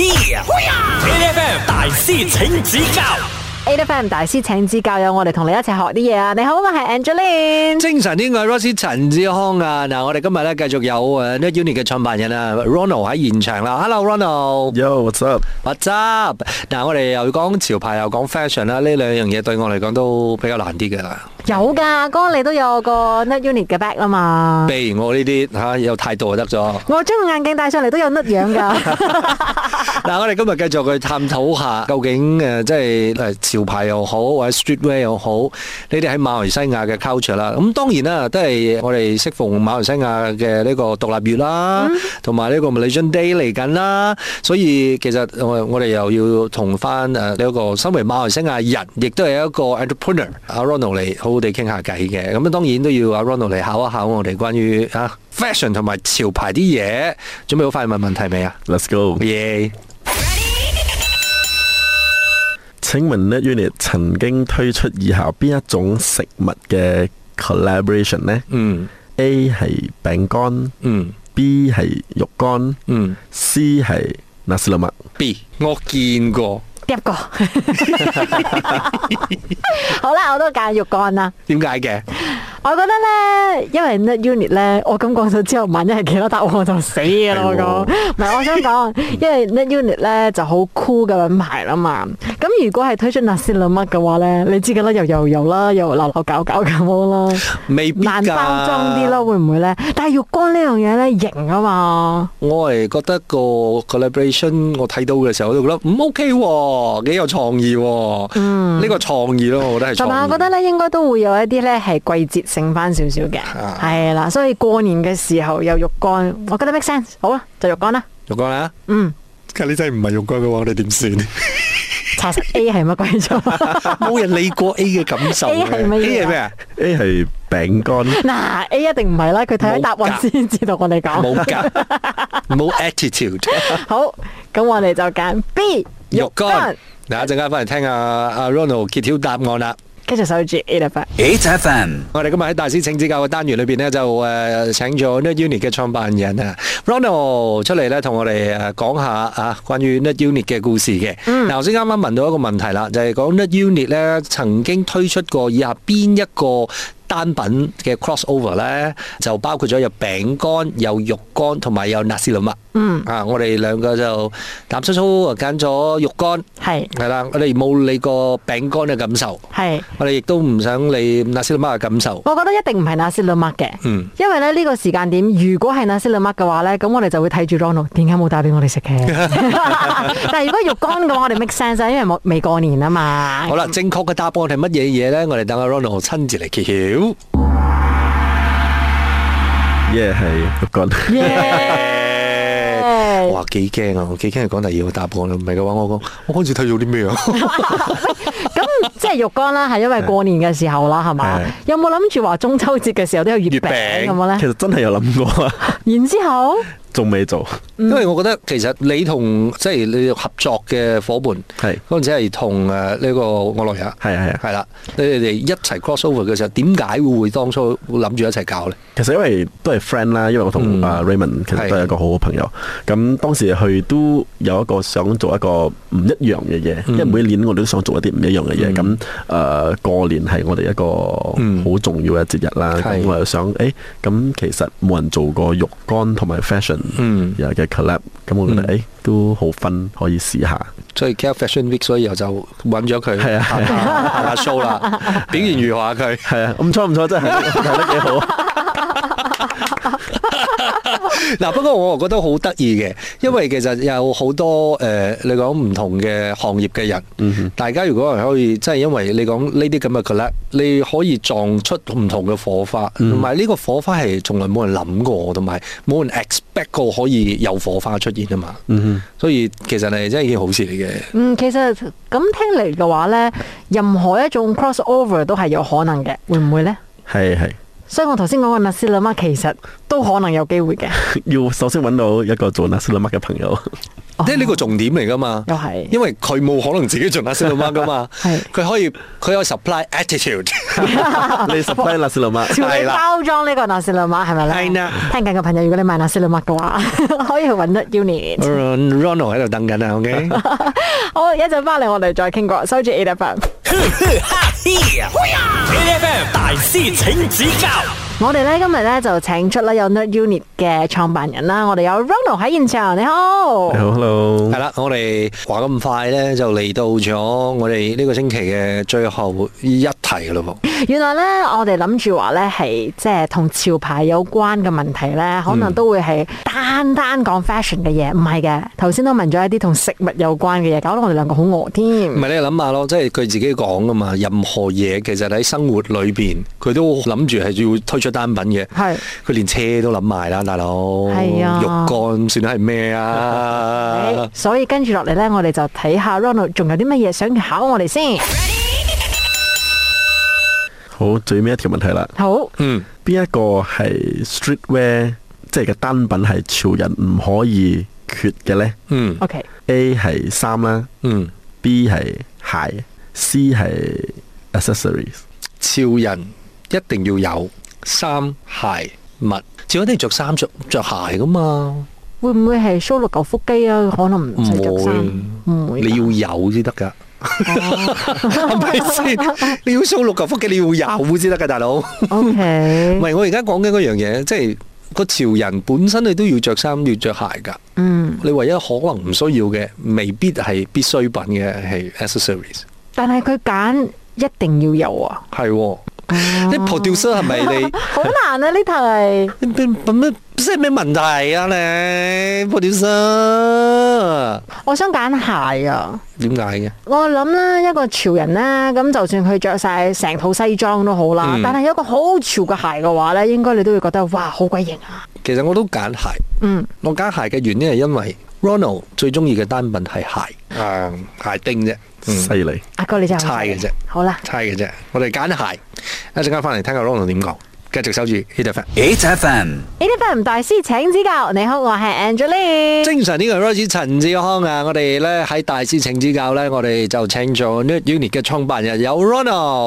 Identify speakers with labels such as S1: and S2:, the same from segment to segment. S1: A F M 大師請指教
S2: A F M 大師請指教，有我哋同你一齊學啲嘢啊！你好，我係 Angeline。
S3: 精神啲嘅 Rosie 陳志康啊，嗱，我哋今日咧繼續有誒呢 unit 嘅創辦人啊 Ronald 喺現場啦，Hello Ronald，
S4: Yo，what's up？
S3: what's up？嗱，我哋又講潮牌又講 fashion 啦，呢兩樣嘢對我嚟講都比較難啲嘅啦。
S2: 有噶，哥你都有個 Nut Unit 嘅 bag 啊嘛。
S3: 譬如我呢啲嚇有態度就得咗。
S2: 我將個眼鏡戴上嚟都有 Nut 樣 噶。
S3: 嗱，我哋今日繼續去探討下，究竟誒、呃即係誒潮牌又好，或者 streetwear 又好，你哋喺馬來西亞嘅 culture 啦。咁當然啦，都係我哋適逢馬來西亞嘅呢個獨立月啦，同埋呢個 Malaysian Day 嚟緊啦。所以其實我我哋又要同翻誒呢一個身為馬來西亞人，亦都係一個 entrepreneur 阿 Ronald 嚟好好地傾下偈嘅。咁當然都要阿 Ronald 嚟考一考我哋關於啊 fashion 同埋潮牌啲嘢。準備好快問問題未啊？
S4: Let's go。
S3: 耶！
S4: 請問呢 Unit 曾經推出以下邊一種食物嘅 collaboration 呢
S3: 嗯
S4: A 係餅乾
S3: 嗯
S4: ，B 係肉乾
S3: 嗯
S4: ，C 係 nasi lemak。
S3: B，我見過，
S2: 嗒過。 好啦，我都揀肉乾啦。
S3: 點解嘅？
S2: 我覺得咧，因為 Nut Unit 咧，我咁講咗之後，萬一係其他答案我 就死嘅啦。我講，唔係我想講，因為 Nut Unit 咧就好 cool 嘅品牌啦嘛。咁如果係推出 Nasi Lemak 嘅話咧，你知嘅啦，又油油啦，又流流搞搞咁啦。
S3: 未必
S2: 難
S3: 㗎
S2: 包裝啲咯，。會唔會咧？但係肉乾呢樣嘢咧型啊嘛，
S3: 我係覺得個 collaboration 我睇到嘅時候，我都覺得唔 OK 喎，幾有創意喎。嗯，呢個創意咯，我覺得係創
S2: 同
S3: 意。
S2: 埋我覺得咧應該都會有一啲咧係季節性翻少少嘅，
S3: 啊
S2: 係啦，所以過年嘅時候有肉乾，我覺得 make sense。好啦，就肉乾啦，
S3: 肉乾啊啦，
S2: 嗯，
S3: 咁你真係唔係肉乾嘅話，我哋點算？
S2: 查實 A 係乜鬼咗？
S3: 冇人理過 A 嘅感受
S2: A
S3: 嘅。
S2: 係乜嘢
S3: A 係咩啊？
S4: A 係餅乾
S2: 嗱 A 一定唔係啦，佢睇咗答
S3: 冇
S2: 案
S3: 㗎
S2: 先知道我哋講。
S3: 冇 㗎，冇 attitude。
S2: 好，咁我哋就揀 B
S3: 肉乾。嗱，一陣間翻嚟聽下阿 Ronald 揭曉答案啦。
S2: 跟住守住 A 啦，
S1: ，H F M
S3: 我哋今日喺大師請指教嘅單元裏邊咧，就誒、呃、請咗 Net Unit 嘅創辦人啊 Ronald 出嚟咧，同我哋誒講下啊關於 Net Unit 嘅故事嘅。嗱頭先啱啱問到一個問題啦，就係講 Net Unit 咧曾經推出過以下邊一個單品嘅 crossover 咧，就包括咗有餅乾、有肉乾同埋有 nasi lemak。
S2: 嗯，
S3: 啊，我哋兩個就膽粗粗啊揀咗肉乾，
S2: 係
S3: 係啦，我哋冇理過餅乾嘅感受，
S2: 係。
S3: 我哋亦都唔想理 nasi lemak 嘅感受。
S2: 我覺得一定唔係 Nasi Lemak 嘅，
S3: 嗯
S2: 因為咧呢個時間點，如果係 Nasi Lemak 嘅話咧，咁我哋就會睇住 Ronald 點解冇帶俾我哋 食嘅。但係如果肉乾嘅話，我哋 make sense 啊因為冇未過年啊嘛。
S3: 好啦，正確嘅答案係乜嘢嘢咧？我哋等阿 Ronald 親自嚟揭曉。
S4: ，Yeah 係肉乾。
S2: Yeah
S4: 嗯
S3: 哇，幾驚啊！我幾驚係講第二個答案啦，唔係嘅話我講我嗰陣時睇咗啲咩啊？
S2: 咁即係肉乾啦，係因為過年嘅時候啦，係嘛
S4: 係？
S2: 有冇諗住話中秋節嘅時候都有月餅
S3: 月餅
S2: 咁 樣
S4: 其
S2: 咧？
S4: 實真係有諗過啊，
S2: 然之後
S4: 仲未做。
S3: 因為我覺得其實你同即係你合作嘅伙伴
S4: 係
S3: 嗰陣時係同誒呃呢個我來也
S4: 係啊係啊。
S3: 係啦，你哋一齊 cross over 嘅時候，點解會會當初會諗住一齊搞咧？
S4: 其實因為都係 friend 啦，因為我同
S3: 嗯
S4: 啊 Raymond 其實都
S3: 係
S4: 係一個好好朋友。咁當時去都有一個想做一個唔一樣嘅嘢，因為每年我哋都想做一啲唔一樣嘅嘢。咁誒過年係我哋一
S3: 嗯
S4: 個好重要嘅節日啦。
S3: 係
S4: 咁我又想誒，咁其實冇人做過肉乾同埋 fashion
S3: 嗯
S4: 有嘅 collab，咁我覺得誒都好 fun，可以試下。
S3: 所以 Cal Fashion Week，所以又就揾咗佢
S4: 係啊
S3: 拍下 show 啦， 表現如何啊佢？
S4: 係啊，唔錯唔錯，真係 睇得幾好。
S3: 嗱，不過我又覺得好得意嘅，因為其實有好多誒、呃你講唔同嘅行業嘅人，大家如果係可以，即係因為你講呢啲咁嘅 collab，你可以撞出唔同嘅火花，同埋呢個火花係從來冇人諗過，同埋冇人 expect 過可以有火花出現啊嘛。所以其實係真係一件好事嚟嘅。
S2: 嗯，其實咁聽嚟嘅話咧，任何一種 crossover 都係有可能嘅，會唔會咧？
S4: 係係。
S2: 所以我頭先講個 nasi lemak 其實都可能有機會嘅。
S4: 要首先揾到一個做 nasi lemak 嘅朋友，
S3: 即係呢個重點嚟噶嘛。
S2: 又係
S3: 因為佢冇可能自己做 nasi lemak 噶嘛，
S2: 係
S3: 佢可以佢有 supply attitude，
S4: 你 supply 啦，小老 媽。
S2: 調理
S3: 係啦
S2: 包裝呢個納斯利馬係咪咧？
S3: 係啦
S2: 聽緊嘅朋友，如果你買納斯利馬嘅話， 可以去揾得 Unit。
S3: Ronald 喺度等緊啊，OK。
S2: 好，一陣翻嚟我哋再傾過，收住 A F M。
S1: ，AFM 大師請指教
S2: 我哋咧今日咧就請出啦有 Nerd Unit 嘅創辦人啦，我哋有 Ronald 喺現場，你好
S4: 你。好，hello
S3: 系。啦，我哋話咁快咧，就嚟到咗我哋呢個星期嘅最後一題噶咯噃。
S2: 原來咧，我哋諗住話咧係即係同潮牌有關嘅問題咧，可
S3: 嗯
S2: 能都會係單單講 fashion 嘅嘢，唔係嘅。頭先都問咗一啲同食物有關嘅嘢，搞到我哋兩個好餓添
S3: 唔。係你諗下咯，即係佢自己講噶嘛，任何嘢其實喺生活裏边，佢都諗住係要推出單品嘅。
S2: 係
S3: 佢連車都諗埋啦，大佬。
S2: 係啊哎
S3: 肉乾算係咩 啊？
S2: 所以跟住落嚟咧，我哋就睇下 Ronald 仲有啲乜嘢想考我哋 先。
S4: 好，最尾一條問題啦。
S2: 好，
S3: 嗯，
S4: 邊一個係 streetwear 即係嘅單品係潮人唔可以缺嘅呢
S3: 嗯
S2: OK，
S4: A 係衫啦
S3: 嗯，
S4: ，B 係鞋，C 係 accessories。
S3: 潮人一定要有衫鞋襪，潮人一定着衫着着鞋噶嘛，
S2: 會唔會係 show 六嚿腹肌啊？可能唔
S3: 唔
S2: 使着衫，
S3: 會，
S2: 唔會㗎。
S3: 你要有先得㗎。 係咪先？你要 show 六嚿腹肌，你要有先得噶，大佬。唔
S2: O K，
S3: 係，我而家講緊嗰樣嘢，即係個潮人本身你都要着衫，要着鞋㗎。
S2: 嗯，
S3: 你唯一可能唔需要嘅，未必係必需品嘅，係 accessories。
S2: 但係佢揀一定要有啊，
S3: 係喎，你 producer 係咪你？
S2: 好難啊呢題。
S3: 你你你咩即係咩問題啊？你 producer
S2: 我想揀鞋啊！
S3: 點解嘅？
S2: 我諗咧，一個潮人咧，咁就算佢着晒成套西裝都好啦，但係有一個好潮嘅鞋嘅話咧，應該你都會覺得哇，好鬼型啊！
S3: 其實我都揀鞋。
S2: 嗯，
S3: 我揀鞋嘅原因係因為 Ronald 最中意嘅單品係鞋，啊鞋釘啫。嗯
S4: 犀利。
S2: 阿哥你真係好
S3: 猜嘅啫
S2: 好啦，
S3: 猜嘅啫。我哋揀鞋，一陣間翻嚟聽下 Ronald 點講，繼續守住 Hit FM。
S1: ，8FM
S2: 呢啲不唔大師請指教。你好，我係 Angeline。
S3: 精神呢個 Rosie 陳志康啊，我哋咧喺大師請指教咧，我哋就請咗 Nerd Unit 嘅創辦人有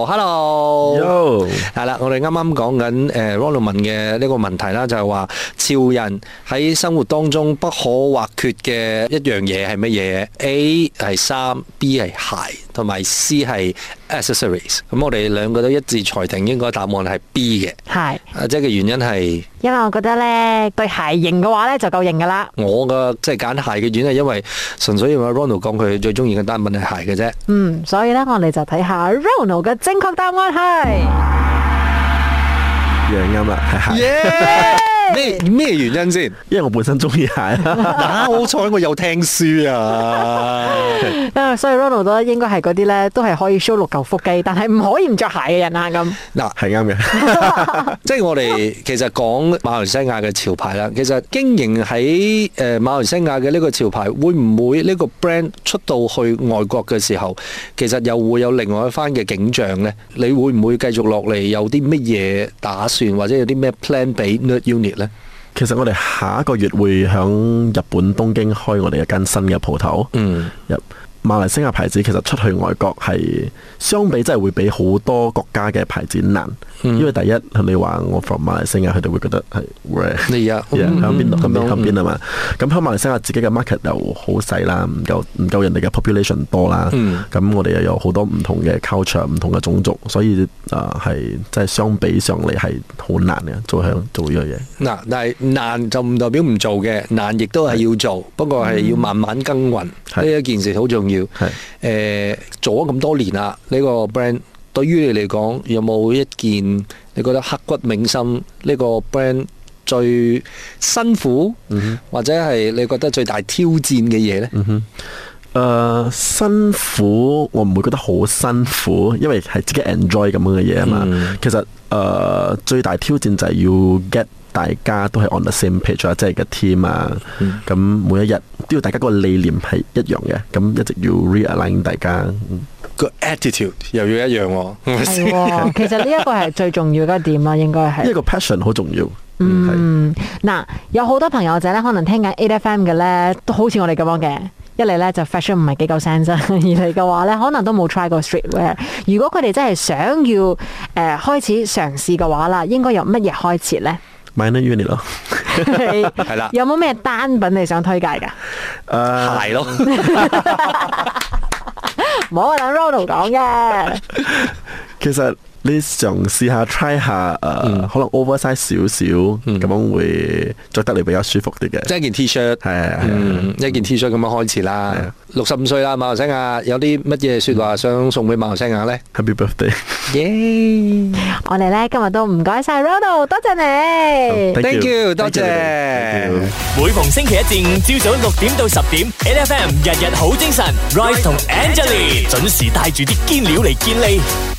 S3: Ronald，Hello。
S4: Yo，
S3: 係啦，我哋啱啱講緊誒 Ronald 問嘅呢個問題啦，就係話潮人喺生活當中不可或缺嘅一樣嘢係乜嘢？A 係衫，B 係鞋，同埋 C 係 accessories。咁我哋兩個都一致裁定，應該答案係 B 嘅。
S2: 係，
S3: 啊，即係嘅原因係
S2: 因為我覺得咧，對鞋型嘅話咧就夠型噶啦。
S3: 我嘅即係揀鞋嘅原因係因為純粹因為 Ronald 講佢最中意嘅單品係鞋嘅啫。
S2: 嗯，所以咧，我哋就睇下 Ronald 嘅正確答案係
S4: 樣啱啦，係鞋。
S3: 咩咩原因 先？
S4: 因為我本身中意鞋 啊。
S3: 嗱，好彩我有聽書啊！
S2: 啊，所以 Ronald 都應該係嗰啲咧，都係可以 show 六嚿腹肌，但係唔可以唔着鞋嘅人啊 咁。
S3: 嗱，
S4: 係啱嘅，
S3: 即係我哋其實講馬來西亞嘅潮牌啦，其實經營喺誒馬來西亞嘅呢個潮牌，會唔會呢個 brand 出到去外國嘅時候，其實又會有另外一番嘅景象呢？你會唔會繼續落嚟有啲乜嘢打算，或者有啲咩 plan 俾 Nerd Unit 呢？
S4: 其實我哋下一個月會響日本東京開我哋一間新嘅鋪頭。
S3: 嗯，
S4: 入馬來西亞牌子其實出去外國係相比真係會比好多國家嘅牌子難，
S3: 嗯
S4: 因為第一你話我 from 馬來西亞，佢哋會覺得係 where
S3: 你啊，
S4: Yeah，
S3: 嗯
S4: 響邊度？響邊？響
S3: 嗯
S4: 邊啊嘛？咁響馬來西亞自己嘅 market 又好細啦，唔夠唔夠人哋嘅 population 多啦。
S3: 嗯
S4: 咁、我哋又有好多唔同嘅 culture、唔同嘅種族，所以啊係即係相比上嚟係好難嘅，做響做呢樣嘢。
S3: 嗱，但係難就唔代表唔做嘅，難亦都係要做，不過係要慢慢耕耘，
S4: 嗯係
S3: 呢一件事好重要。誒
S4: 係、
S3: 做咗咁多年啦，呢、個 brand 對於你嚟講有冇一件你覺得刻骨銘心呢、個 brand 最辛苦、
S4: 嗯
S3: 或者係你覺得最大挑戰嘅嘢呢？
S4: 誒、呃辛苦，我唔會覺得好辛苦，因為係自己 enjoy 咁樣嘅嘢啊嘛。
S3: 嗯
S4: 其實誒、呃最大挑戰就係要 get 大家都係 on the same page 啊，即係嘅 team 啊。
S3: 嗯
S4: 咁、每一日都要大家個理念係一樣嘅，咁一直要 realign 大家。嗯
S3: 個 attitude 又要一樣喎、
S2: 係喎，其實呢一個係最重要嘅一點啦，應該
S4: 因為
S2: 係。
S4: 個 passion 好重要，
S2: 嗯，嗱，有好多朋友仔咧，可能聽緊 A F M 嘅咧，都好似我哋咁樣嘅。一嚟咧就 fashion 唔係幾夠 sense 啦 二嚟嘅話咧，可能都冇 try 過 streetwear。如果佢哋真係想要誒、呃、開始嘗試嘅話啦，應該由乜嘢開始咧？
S4: minor unit 咯。
S2: 係
S3: 啦
S2: 有冇咩單品你想推介㗎？
S4: 誒
S3: 鞋咯，
S2: 冇啊，等 Ronald 講嘅。
S4: 其實你嘗試下 try 下誒，呃
S3: 嗯
S4: 可能 oversize 少少咁樣會着得嚟比較舒服啲嘅。
S3: 即係件 T-shirt，
S4: 係啊係啊啊
S3: 嗯，一件 T-shirt 咁樣開始啦。六十五歲啦，馬來西亞有啲乜嘢説話想送俾馬來西亞咧？
S4: Happy birthday！
S3: 耶！
S2: 我哋咧今日都唔該晒 Ronald，多謝你。
S3: Thank you，多謝
S4: Thank you
S1: 每逢星期一至五朝早六點到十點，N F M 日日好精神，Rise 同 Angelie 準時帶住啲堅料嚟堅利。